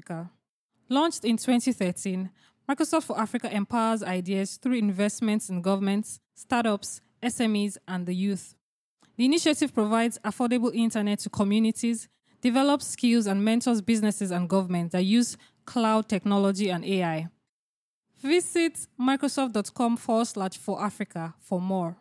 Africa. Launched in 2013, Microsoft for Africa empowers ideas through investments in governments, startups, SMEs, and the youth. The initiative provides affordable internet to communities, develops skills, and mentors businesses and governments that use cloud technology and AI. Visit microsoft.com forward slash for Africa for more.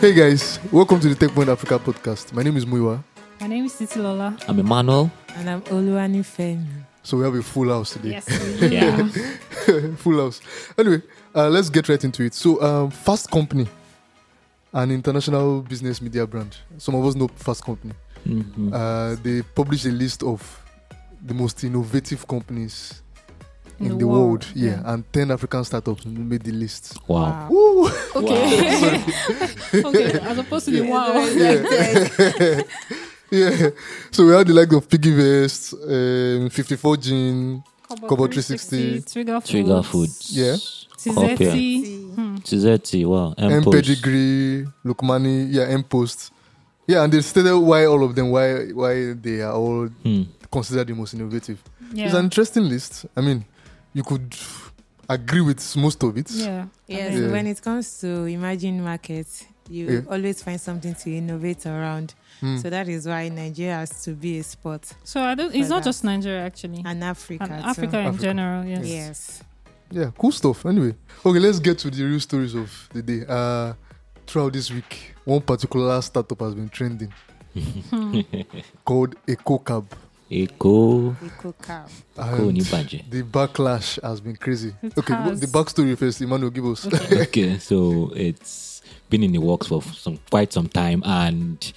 Hey guys, welcome to the Tech Point Africa podcast. My name is Muiwa. My name is Titilola. I'm Emmanuel. And I'm Oluwanifemi. So we have a full house today. Yeah. full house. Anyway, uh, let's get right into it. So, um, Fast Company, an international business media brand. Some of us know Fast Company. Mhm. Uh, they published a list of the most innovative companies in, the, world. Yeah. and 10 African startups made the list. Wow. Woo! Okay. okay. As opposed to the wow. yeah. So we had the likes of Piggy Vest, um, 54 Gin, Kobo 360, Trigger Foods. Trigger Foods. Yeah. Copia. Tizeti. Tizeti. Wow. M M-Post. Pedigree, Lukmani, yeah, M Post. Yeah, and they stated why all of them, why why they are all Hmm. considered the most innovative. It's an Yeah. interesting list. I mean, you could agree with most of it. Yeah. Yes, Yeah. when it comes to emerging markets, you Yeah. always find something to innovate around. Hmm. So that is why Nigeria has to be a spot So I don't, it's For not that. just Nigeria actually. and Africa. And too. Africa in Africa. general, yes. Yes. Yeah, cool stuff. Anyway, okay, let's get to the real stories of the day. Uh, throughout this week, one particular startup has been trending Hmm. called EcoCab. Eko. Eco cow. Eko And Onibaje. the backlash has been crazy. It okay, has. the backstory first, Emmanuel, give us. okay, so it's been in the works for some quite some time, and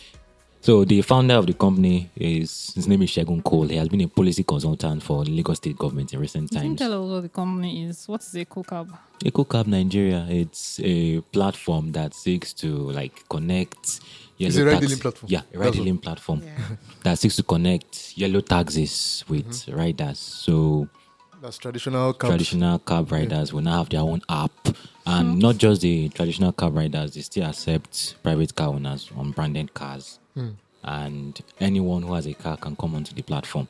so the founder of the company is his name is Shagun Cole. He has been a policy consultant for the Lagos State government in recent You can times. tell us what the company is. What is a cookab? EcoCab Nigeria, it's a platform that seeks to like connect. It's a yellow ride taxi- hailing platform. Yeah, a That's all. ride hailing platform Yeah. that seeks to connect yellow taxis with riders. So That's traditional cab. traditional cab riders will now have their own app and not just the traditional cab riders they still accept private car owners on branded cars and anyone who has a car can come onto the platform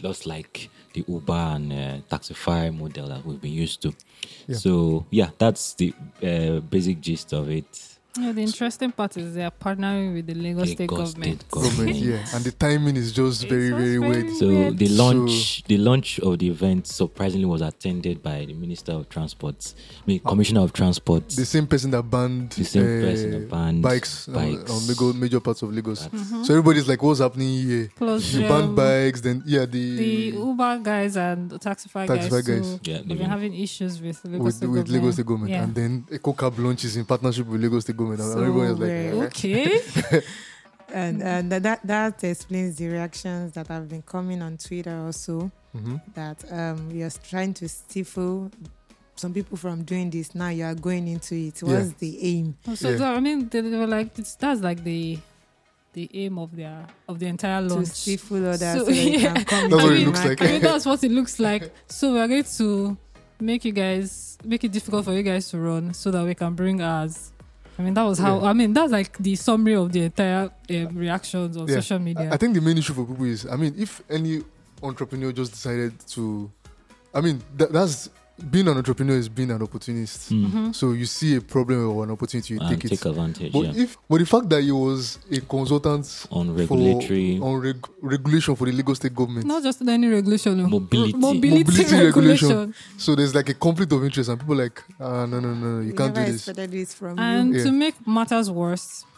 just like the uber and uh, taxify model that we've been used to Yeah. so yeah that's the uh, basic gist of it You know, the interesting part is they are partnering with the Lagos State Lagos government. State Government, yeah, and the timing is just very, just very very weird. So Weird. the So- launch, the launch of the event surprisingly was attended by the Minister of Transport, I mean, Ah. Commissioner of Transport. The same person that banned, uh, The same person that banned bikes, uh, on- bikes. on Lagos, major parts of Lagos. Uh-huh. So everybody's like, "What's happening here?" Mm-hmm. Plus You um, banned bikes, then yeah, the, the Uber guys and the Taxify, Taxify guys, guys. too, Yeah, have they've been been- having issues with Lagos with, State with government. Lagos State government, Yeah. and then Eco Cab launches in partnership with Lagos State government, and So everyone is like, weird. "Ah." okay. And, and tha- that, that explains the reactions that have been coming on Twitter also Mhm. that um, you're trying to stifle some people from doing this. Now you are going into it. What's the aim? so Yeah. that- I mean, they, they were like, it's, that's like the the aim of their of the entire To launch. stifle others So, so, that you yeah. can come That's into what it the looks like. eh? market. I mean, that's what it looks like. So we're going to make you guys make it difficult for you guys to run so that we can bring us. I mean, that was how. Yeah. I mean, that's like the summary of the entire um, reactions on Yeah. social I- media. I think the main issue for people is, I mean, if any entrepreneur just decided to, I mean, tha- that's being an entrepreneur is being an opportunist. Mm. Mm-hmm. So you see a problem or an opportunity, you and take it. take advantage but yeah. if, but the fact that he was a consultant on for- regulatory on reg- regulation for the Lagos State government. Not just any regulation, no. mobility. mobility, Mobility regulation. regulation. So there's like a conflict of interest, and people are like, ah, no, no, no, you We can't do never this. expected this from And Yeah. to make matters worse, you.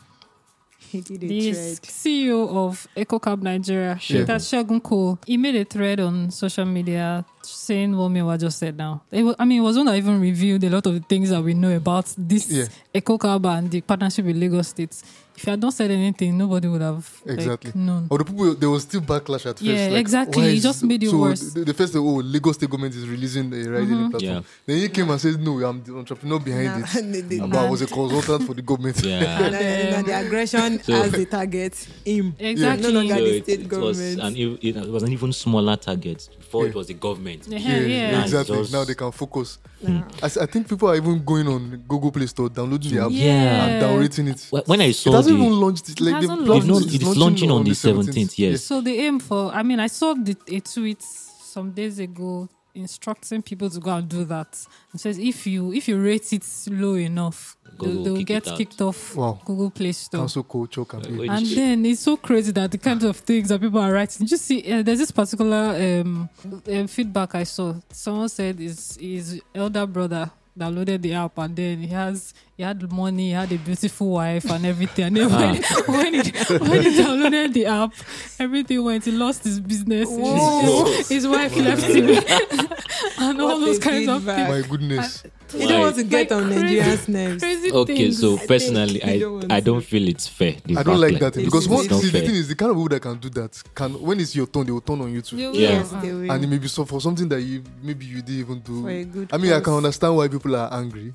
He did a the thread. CEO E of EcoCab Nigeria, Shegun. that's Shagun Ko, he made a thread on social media saying what Miwa just said now. It wa- I mean, it was one that even reviewed a lot of the things that we know about this Yeah. EcoCab and the partnership with Lagos States. If you had not said anything, nobody would have like, Exactly. known. Or the people, there was still backlash at first. Yeah, like, exactly. why It is- just made it so worse. Mm-hmm. The, the first, thing, oh, Lagos State government is releasing a riding platform. Yeah. Then he came and said, no, I'm the entrepreneur behind Um, Now- it. Ah, and the- the- But I was a consultant for the government. yeah and then, Um, the aggression So- as the target him. Exactly. No longer so the it, state it was government. an ev- it was an even smaller target Before Yeah. it was the government. Yeah, Yeah, yeah. exactly. Just- Now they can focus. Nah. I, s- I think people are even going on Google Play Store, downloading the app, Yeah. and downrating it. Wh- When I it saw hasn't the, uh, even launched. It. Like It they've hasn't launched launched. It's not- it is launching on the 17th, yes. So the aim for, I mean, I saw the, a tweet some days ago instructing people to go and do that. It says if you if you rate it low enough, Google they'll, they'll kick get it out. kicked off Wow. Google Play Store. Cancel culture campaign. wait. and then it's so crazy that the kinds of things that people are writing. Just see, uh, there's this particular um, um, feedback I saw. Someone said his, his elder brother downloaded the app and then he has he had money, he had a beautiful wife and everything. And then when, Ah. when, he, when he downloaded the app, everything went. He lost his business. Whoa. His, his wife left him, and all What those a kinds of feedback. things. My goodness. You don't want to Like get on crazy. Nigerians' nerves. Crazy okay, things. so think personally, you I don't want I to. don't feel it's fair. the I don't like backlash. that It's- because it's what not see, the fair. thing is, the kind of people that can do that can when it's your turn, they will turn on you too. You- Yeah. Yes, they will. And it may be so for something that you maybe you didn't even do. For a good I mean, I can cause. understand why people are angry,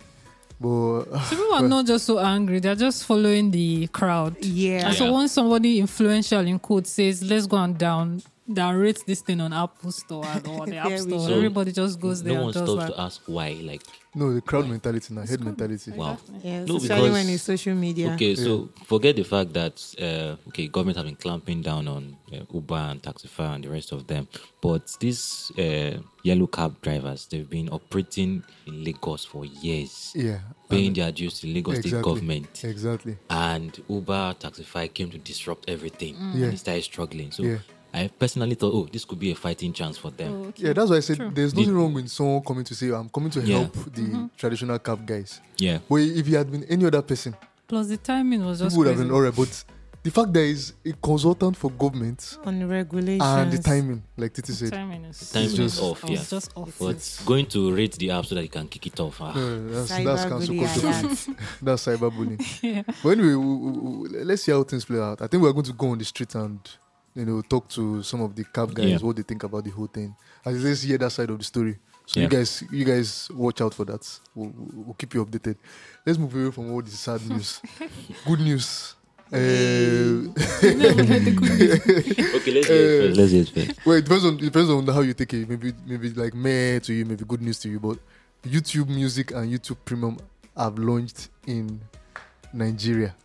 but uh, So people are Well- not just so angry; they're just following the crowd. yeah. And Yeah. so once somebody influential in code says, "Let's go and down downrate this thing on Apple Store and- or the App There we Store," go. everybody just goes there No one and does stops that. to ask why. Like, no, the crowd mentality, now head mentality. wow. Yes, No, especially when because- it's social media. Okay, so forget the fact that uh, okay, government have been clamping down on uh, Uber and Taxify and the rest of them, but these uh, yellow cab drivers they've been operating in Lagos for years, Yeah, paying their dues to Lagos exactly. State government, Exactly. and Uber Taxify came to disrupt everything Yeah. and they started struggling. So Yeah. I personally thought, oh, this could be a fighting chance for them. Yeah, that's why I said there's Did- nothing wrong with someone coming to say, I'm coming to Yeah. help the Mm-hmm. traditional cab guys. Yeah, But if he had been any other person, Plus the timing was just people would have crazy. been alright. But the fact that he's a consultant for government on regulations. and Ah, the timing, like Titi The said, timing is time It's is just- off. was Yeah, just off. but going to rate the app so that you can kick it off. ah. no, no, that's, that's cancel Cyberbullying culture. alert. That's cyberbullying. yeah. But anyway, we, we- we- let's see how things play out. I think we're going to go on the street and you know talk to some of the cab guys Yeah. what they think about the whole thing. As let's hear that side of the story. So you Yeah. guys, you guys watch out for that. We'll, we'll we'll keep you updated. Let's move away from all this sad news. Good news. Uh, okay, let's hear it first. Let's hear it first. well, it depends on it depends on how you take it. Maybe maybe like meh to you, maybe good news to you. But YouTube Music and YouTube Premium have launched in Nigeria.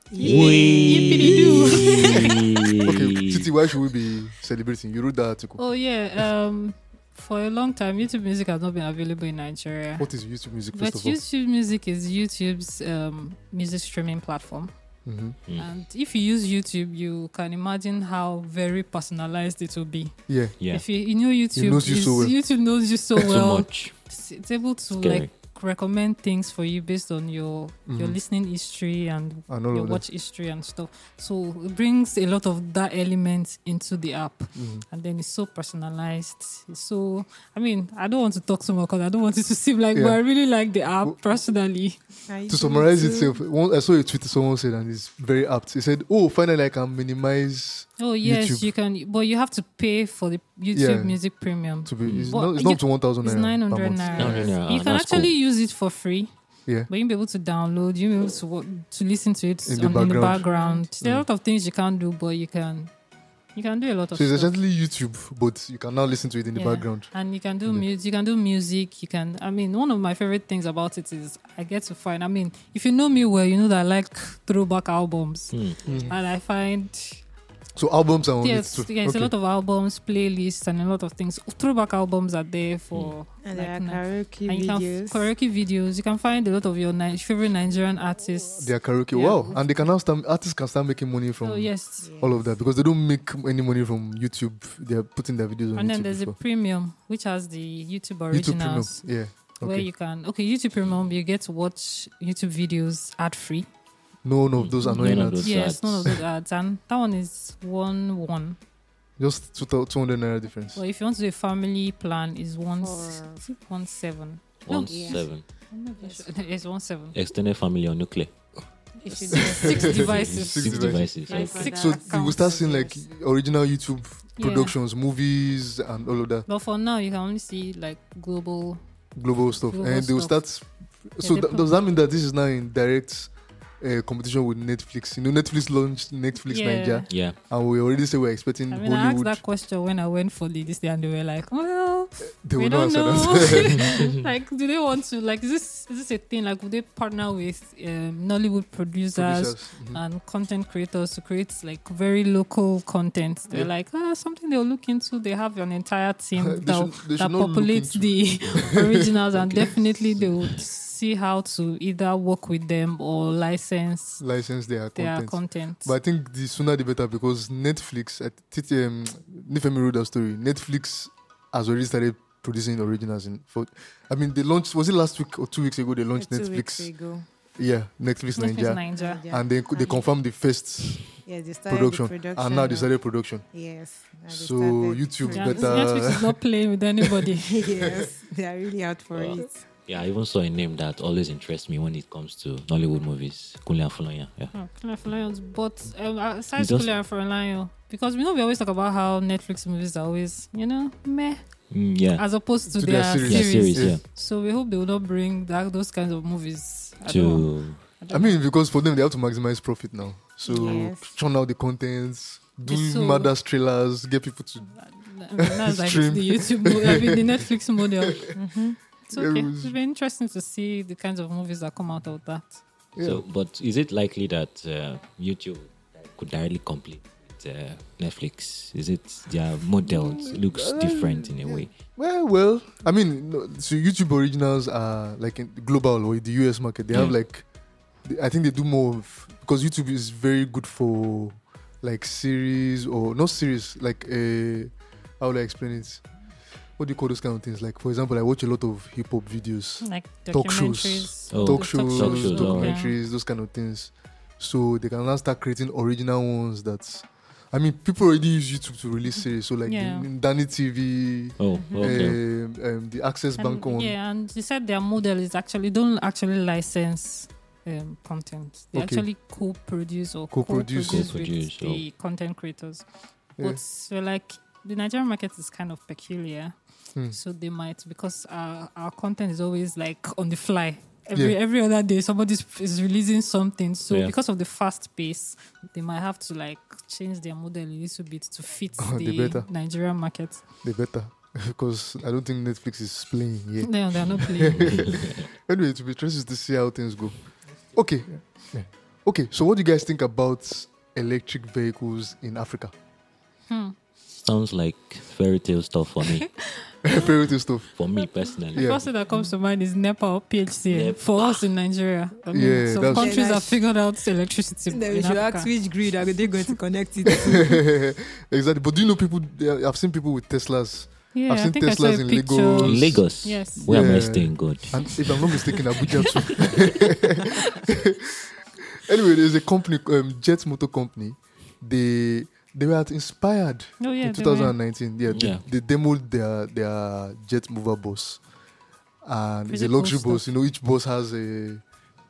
Okay, Titi, why should we be celebrating? You wrote that article. Oh yeah. Um, for a long time, YouTube Music has not been available in Nigeria. What is YouTube Music But first of all? YouTube Music is YouTube's um, music streaming platform. Mhm. Mm. And if you use YouTube, you can imagine how very personalized it will be. Yeah, Yeah, If you, you know YouTube, knows you is- so well. YouTube knows you so too well. much. It's, it's able to Scary. like recommend things for you based on your your Mhm. listening history and and all your of that. watch history and stuff. So it brings a lot of that element into the app, Mhm. and then it's so personalized. It's so I mean, I don't want to talk so much because I don't want it to seem like, but Yeah. I really like the Well- app personally. Are To you summarize going to- itself, one, I saw a tweet someone said, and it's very apt. He said, "Oh, finally, I can minimize Oh yes, YouTube. you can, but you have to pay for the YouTube Yeah. Music Premium. to be. It's But not, it's you- not up to one thousand It's naira. nine per hundred month. naira. 900 naira, You can ah, that's actually use it for free, Yeah, but you'll be able to download. You'll be able to wa- to listen to it In on, the in the background. background. There are a Mm. lot of things you can't do, but you can you can do a lot of so it's stuff. essentially YouTube, but you can now listen to it in the Yeah. background. And you can do Yeah. music. You can do music. You can. I mean, one of my favorite things about it is I get to find. I mean, if you know me well, you know that I like throwback albums, Mm. and I find So albums are on Yes, it too. yeah, it's Oh, Okay. a lot of albums, playlists, and a lot of things. Throwback albums are there for Mm. And there like, are na- karaoke and you can f- videos. karaoke videos. You can find a lot of your Ni- favorite Nigerian artists. They are karaoke. Yeah. Wow, and they can now start. Artists can start making money from oh yes, all of that because they don't make any money from YouTube. They are putting their videos on and then YouTube. there's a before. premium which has the YouTube YouTube Premium. originals. Yeah. Where Okay. you can okay YouTube Premium, you get to watch YouTube videos ad free. no, none of those None annoying of ads. those. Yes, ads. none of those ads, and that one is one one. Just two thou- 200 naira difference. Or if you want to do a family plan, is one s- Or- is it one seven. One Yeah. seven. I'm not even sure. It's one seven. Extended family or nuclear. If you Six, six devices. Six Six, devices. devices. Yeah, okay. six- so you will start accounts, seeing like yes. original YouTube Yeah. productions, movies, and all of that But for now, you can only see like global. global stuff. Global and they will stuff. start. so they tha- put- does that mean that this is now in direct uh, competition with Netflix? You know, Netflix launched Netflix Yeah. Nigeria, Yeah. and we already say we're expecting I mean, I asked Hollywood. that question when I went for the this day, and they were like, "Well, They we will don't not answer know. that. like, do they want to like? Is this is this a thing? Like, would they partner with um, Nollywood producers, Producers. Mhm. and content creators to create like very local content? They're Yeah. like, ah, something they'll look into. They have an entire team mm-hmm. They that should- they that should not look populates into- the originals, and definitely they would see how to either work with them or license license their their Mm. content. content. But I think the sooner the better because Netflix, at t- um, Nifemi wrote that story. Netflix has already started producing originals. In for, I mean, they launched. Was it last week or two weeks ago? They launched Two weeks Netflix. ago. Yeah, Netflix, Netflix Nigeria, Nigeria. Yeah. and they they And- confirmed the first Yeah, they started production, the production. and now they of- started production. Yes. now they So started YouTube Yeah, better- Netflix is not playing with anybody. yes, they are really out for Wow. it. Yeah, I even saw a name that always interests me when it comes to Nollywood movies, Kunle Afolayan. Yeah. Oh, Killer for Lions, but um, aside It does- Killer for Lion, because we know we always talk about how Netflix movies are always, you know, meh, Mm, yeah. as opposed to, To their, their Ah, series. series. yeah, series, yeah. So we hope they will not bring that, those kinds of movies. I don't know. To I mean, because for them they have to maximize profit now. So Yes. churn out the contents, do It's so- murders trailers, get people to. I mean, that's like Stream. the YouTube, mo- I mean, the Netflix model. Mm-hmm. hmm It's Yeah, it okay. was- It'll be interesting to see the kinds of movies that come out of that. Yeah. so, but is it likely that uh, YouTube could directly compete with uh, Netflix? Is it their model looks different in a way? Well, well, I mean, no, so YouTube originals are like in global or in the US market. They have Yeah. like, they- I think they do more of because YouTube is very good for like series or not series, like uh, how would I explain it? What do you call those kind of things? Like, for example, I watch a lot of hip hop videos, Like Talk shows. documentaries. Oh, talk those shows, Talk shows, oh, alright. yeah. documentaries, those kind of things. So they can now start creating original ones that. I mean, people already use YouTube to release series. So, like Yeah. the Danny TV, Oh, okay. um, um, the Access Bank And, on Yeah, and they said their model is actually don't actually license um, content. They Okay. actually co-produce or Co-produce. co-produce, with Co-produce, oh. the content creators. Yeah. But we're like the Nigerian market is kind of peculiar, Hmm. so they might because our, our content is always like on the fly. Every every other day, somebody is releasing something. So Yeah. because of the fast pace, they might have to like change their model a little bit to fit Oh, they the better. Nigerian market. the better because I don't think Netflix is playing here. No, they're not playing. Anyway, to be interesting to see how things go. Okay, Yeah. okay. So, what do you guys think about electric vehicles in Africa? Hmm. Sounds like fairy tale stuff for me. Fairy tale stuff. for me personally. The Yeah. first thing that comes to mind is NEPA or PHCN Nepa. for us in Nigeria. I mean, Yeah, some that's- countries Yeah, have that's- figured out electricity. Then in we should Africa. ask which grid are they going to connect it to? exactly. But do you know people? they- I've seen people with Teslas, yeah, I've seen think I saw Teslas a in picture. Lagos. In Lagos. Yes. Where am I Yeah. staying? Good. and if I'm not mistaken, Abuja too. anyway, there's a company, um, Jet Motor Company. They they were inspired Oh, yeah, in they were. 2019. Yeah, they, Yeah. they demoed their their jet mover bus, and it's a Pretty cool luxury bus. stuff. You know, each bus has a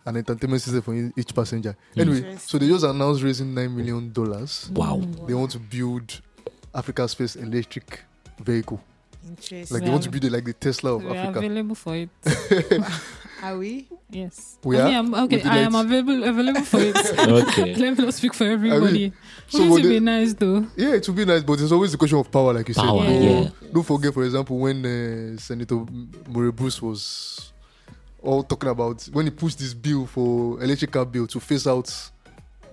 an entertainment system for e- each passenger. Hmm. Anyway, Interesting. so they just announced raising nine million dollars. Wow. Mm. They want to build Africa's first electric vehicle. Interesting. Like they Wow. want to build it like the Tesla of We are Africa. available for it. Are we? Yes. We I are? mean, I'm- okay, Oh, With the I am lights? available available for it. Okay. Let me not speak for everybody. so Wouldn't what it they- be nice though? Yeah, it would be nice, but it's always the question of power, like you Power, said. Don't- yeah. Don't forget, for example, when uh, Senator M- Murray Bruce was all talking about when he pushed this bill for electric car bill to phase out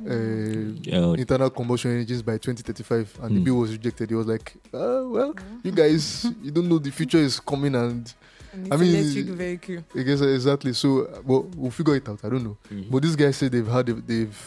uh, Uh, internal combustion engines by 2035, and the Hmm. bill was rejected. He was like, "Ah, "Well, you guys, you don't know the future is coming, and And I it's mean- electric vehicle. I guess exactly." So, uh, well, we'll figure it out. I don't know, Hmm. but this guy said they've had a, they've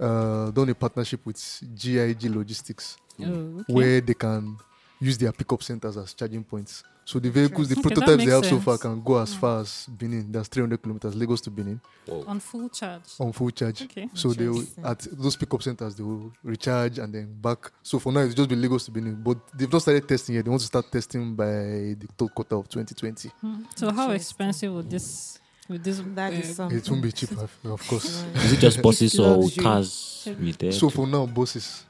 uh, done a partnership with GIG Logistics Oh, okay. Mm. where they can use their pickup centers as charging points. So the vehicles, the Okay, that prototypes they have makes so far sense. can go as far as Benin. That's 300 kilometers, Lagos to Benin, on full charge. on full charge. Okay. So they will, Interesting. at those pickup centers, they will recharge and then back. So for now, it's just be Lagos to Benin. But they've not started testing yet. They want to start testing by the third quarter of 2020. Hmm. So how Interesting. expensive would this would this That uh, is something. It won't be cheap, of of course. Right. Is it just buses or Luxury. cars? with there So too? for now, buses.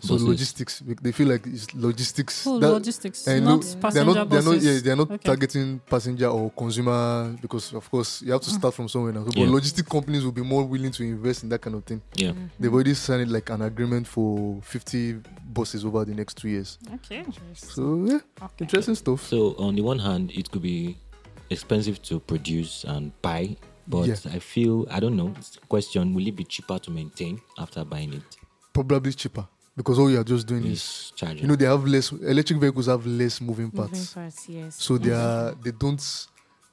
So Buses. logistics, they feel like it's logistics. Full that- logistics, I know not they're passenger not, they're not, buses. yeah, they're not Okay. targeting passenger or consumer because, of course, you have Mm. to start from somewhere now. So, Yeah. But logistic companies will be more willing to invest in that kind of thing. Yeah. Mm-hmm. They've already signed like an agreement for 50 buses over the next two years. Okay. So yeah, okay. interesting stuff. So on the one hand, it could be expensive to produce and buy, but Yeah. I feel I don't know. It's a question: Will it be cheaper to maintain after buying it? Probably cheaper because all you are just doing is, Is charging? you know, they have less electric vehicles have less moving parts. Moving parts, yes. so they are they don't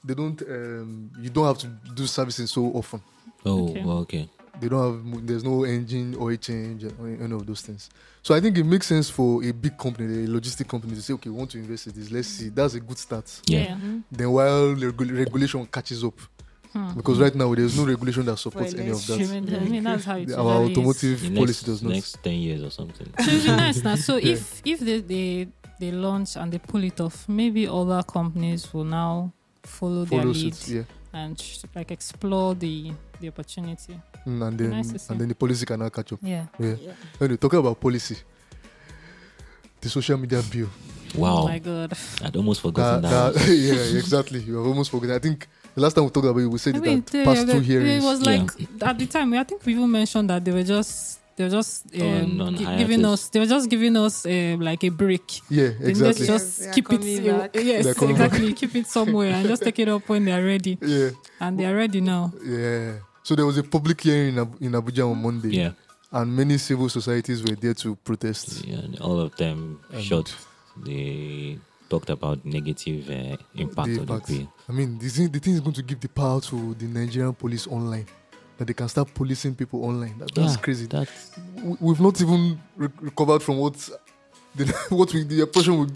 they don't um, you don't have to do servicing so often oh, Okay. well, okay. they don't have mo- there's no engine oil change or any of those things so i think it makes sense for a big company a logistic company to say okay we want to invest in this let's see that's a good start Yeah. Mm-hmm. then while the regu- regulation catches up Hmm. because right now there's no regulation that supports any of I that mean, I mean, that's how it our usually is. automotive The policy next, does not next ten years or something. So it'd be nice now. So Yeah. if if they, they they launch and they pull it off, maybe other companies will now follow, their follow lead suit yeah and sh- like explore the the opportunity. Mm, and then Nice to see. and then the policy can now catch up Yeah. yeah anyway talking about policy the social media bill Oh Wow, my god. I'd almost that, forgotten that. that, yeah, exactly. You have almost forgotten. I think the last time we talked about it, we said I it mean, at they- past they- two It hearings. was Yeah. like at the time. I think we even mentioned that they were just they were just Oh, um, On- on gi- giving hiatus. us they were just giving us um, like a break. yeah, Then let's exactly. just Yes, they are keep it. coming back. Yes, They are coming back. exactly. Keep it somewhere and just take it up when they are ready. Yeah, And they are ready now. yeah. So there was a public hearing in, Ab- in Abuja on Monday, Yeah, and many civil societies were there to protest. yeah. and All of them And shot. They talked about negative uh, impact The of the impact. bill. I mean, the thing, the thing is going to give the power to the Nigerian police online, that they can start policing people online. That, that's Yeah, crazy. That's We- We've not even re- recovered from what the what we the oppression we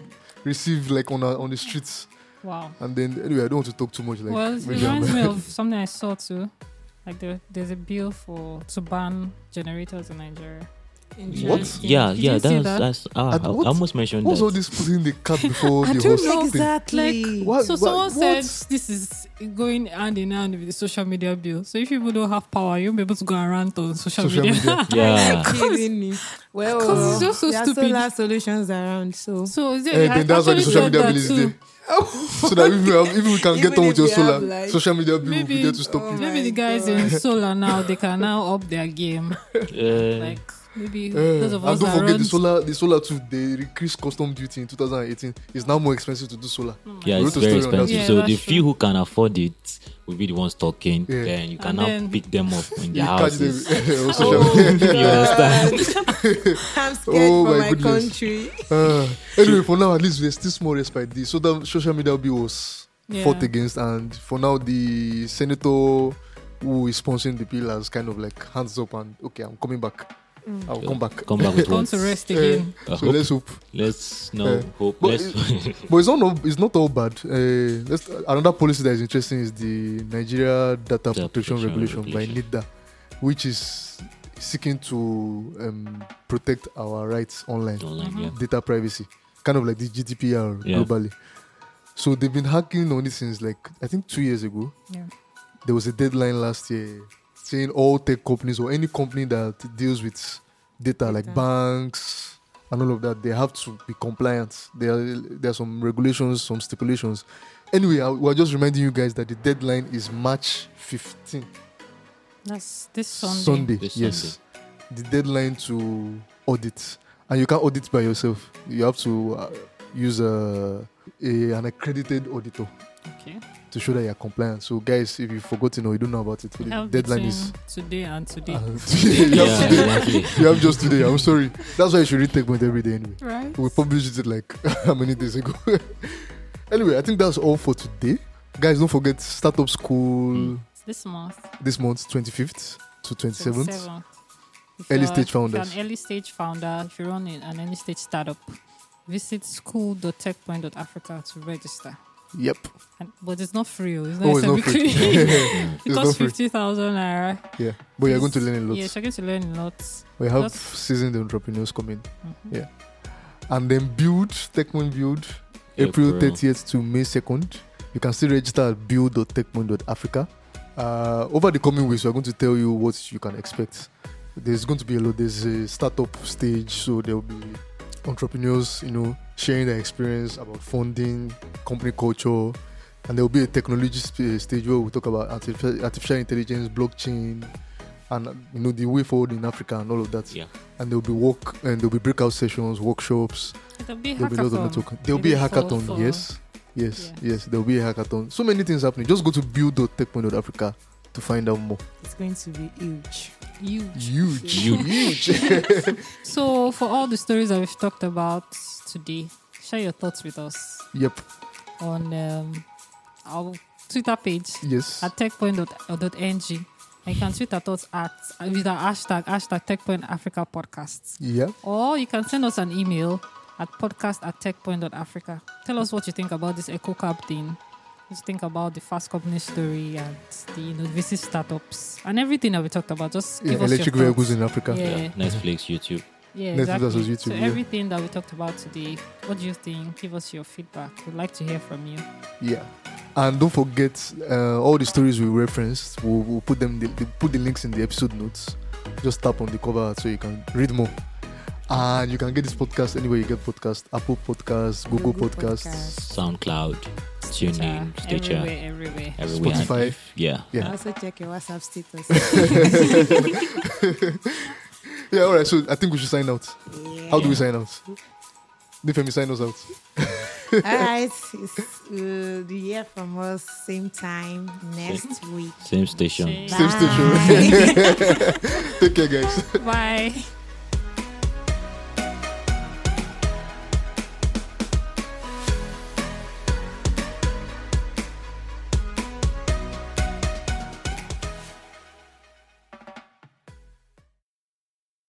received like on our, on the streets. Wow. And then anyway, I don't want to talk too much. Like well, it maybe I'm- reminds me of something I saw too. Like there, there's a bill for to ban generators in Nigeria. What? Yeah, Did yeah. you see That's that? that's. Ah, At I, I what- almost mentioned What's that. all this putting the cat before I the don't horse know. thing? Exactly. What- so what- someone what? said this is going hand in hand with the social media bill. So if people don't have power, you won't be able to go and rant on social, Social media. media. yeah. Kidding me. Well, Because it's just so there are stupid. solar solutions around, so So is it, Eh, it has then that's why the actually social said media that bill is too. there. so that if we, have, if we can get Even on with if your we solar, have, like- social media bill will be Maybe- uh, there to stop Oh you. Maybe the my guys in solar now they can now up their game. Uh, Like maybe Eh, those of and us don't that forget run. the solar, the solar too. They increased custom duty in 2018. It's now more expensive to do solar. yeah, We it's wrote a very story on that. expensive. Yeah, so the that's few who can afford it will be the ones talking. Yeah. Then you can And now then- pick them up in You their catch them houses. on social Oh, media. You understand? I'm scared Oh for my my, goodness. country. Ah, anyway, for now at least there's still small respite. The social social media bill was Yeah. fought against, and for now the senator who is sponsoring the bill has kind of like hands up and okay, I'm coming back. Mm. I'll come back. Come back with Gone what? to rest Eh, again. I so hope. let's hope. Let's no Eh, hope. but Let's But it's not all, it's not all bad. Uh, let's, another policy that is interesting is the Nigeria Data Data Protection Protection Regulation, by Regulation. NIDA, which is seeking to um, protect our rights online, online. Yeah. data privacy, kind of like the GDPR Yeah. globally. So they've been hacking on it since like I think two years ago. Yeah. There was a deadline last year saying all tech companies or any company that deals with data, like Data. banks and all of that, they have to be compliant. There are, there are some regulations, some stipulations. Anyway, I, we're just reminding you guys that the deadline is March 15th, That's this Sunday. Sunday. This yes. The deadline to audit. And you can't audit by yourself. You have to uh, use a, a, an accredited auditor Okay. to show that you're compliant. So, guys, if you've forgotten or you don't know about it, the Held deadline between is. today and today. Uh, Yeah, you, have today. exactly. you have just today. I'm sorry. That's why you should read TechPoint every day anyway. right. We published it like how many days ago? anyway, I think that's all for today. Guys, don't forget Startup School Mm. This month. this month, 25th to 27th. 27th. If Early you're- stage if you're founders. an early stage founder, if you run in an early stage startup, visit school.techpoint.africa to register. Yep. And, but it's not free. oh, It's not, Oh, it's not free. it it's not costs free. 50,000 naira. Yeah. But you're going to learn a lot. Yes, you're going to learn a lot. we have that's- seasoned entrepreneurs coming. Mhm. Yeah. And then Build, TechMoon Build, April 30th to May 2nd. You can still register at build.techmoon.africa. Uh, over the coming weeks, we're going to tell you what you can expect. there's going to be a lot. There's a startup stage, so there will be entrepreneurs, you know, sharing their experience about funding, company culture, and there will be a technology sp- uh, stage where we talk about artificial, artificial intelligence, blockchain, and you know the way forward in Africa and all of that. Yeah. And there will be work, and there will be breakout sessions, workshops. It'll be There will be lots of hackathon. network. There will be a Maybe for- hackathon. for- Yes, yes, Yeah. yes. There will be a hackathon. So many things happening. Just go to build.tech.africa to find out more. It's going to be huge. You. Huge, Huge. huge. So, for all the stories that we've talked about today, share your thoughts with us yep. on um, our Twitter page Yes. at uh, techpoint.ng. And you can tweet at us at with our hashtag hashtag techpoint Africa podcasts. Yeah. Or you can send us an email at podcast at techpoint.africa. Tell us what you think about this eco cab thing. What you think about the fast company story and the innovative startups and everything that we talked about. Just yeah give us electric your vehicles thoughts. in Africa. Yeah. yeah. Netflix, YouTube. Yeah, Let's do that exactly. as YouTube, so yeah. everything that we talked about today, what do you think? Give us your feedback. We'd like to hear from you. Yeah. And don't forget uh, all the stories we referenced. We'll, we'll put them the, the- put the links in the episode notes. Just tap on the cover art so you can read more. And you can get this podcast anywhere you get podcast: Apple Podcasts, Google, Google Podcasts. Podcasts. SoundCloud, TuneIn, Stitcher, everywhere, everywhere. everywhere. And Spotify. if- yeah. Yeah. And also check your WhatsApp status. Yeah. All right. So I think we should sign out. How do we Yeah. sign out? Nifemi, sign us out. All right. It's, uh, the year from us, same time next week. Same station. Same. Same Bye. station. Take care, guys. Bye.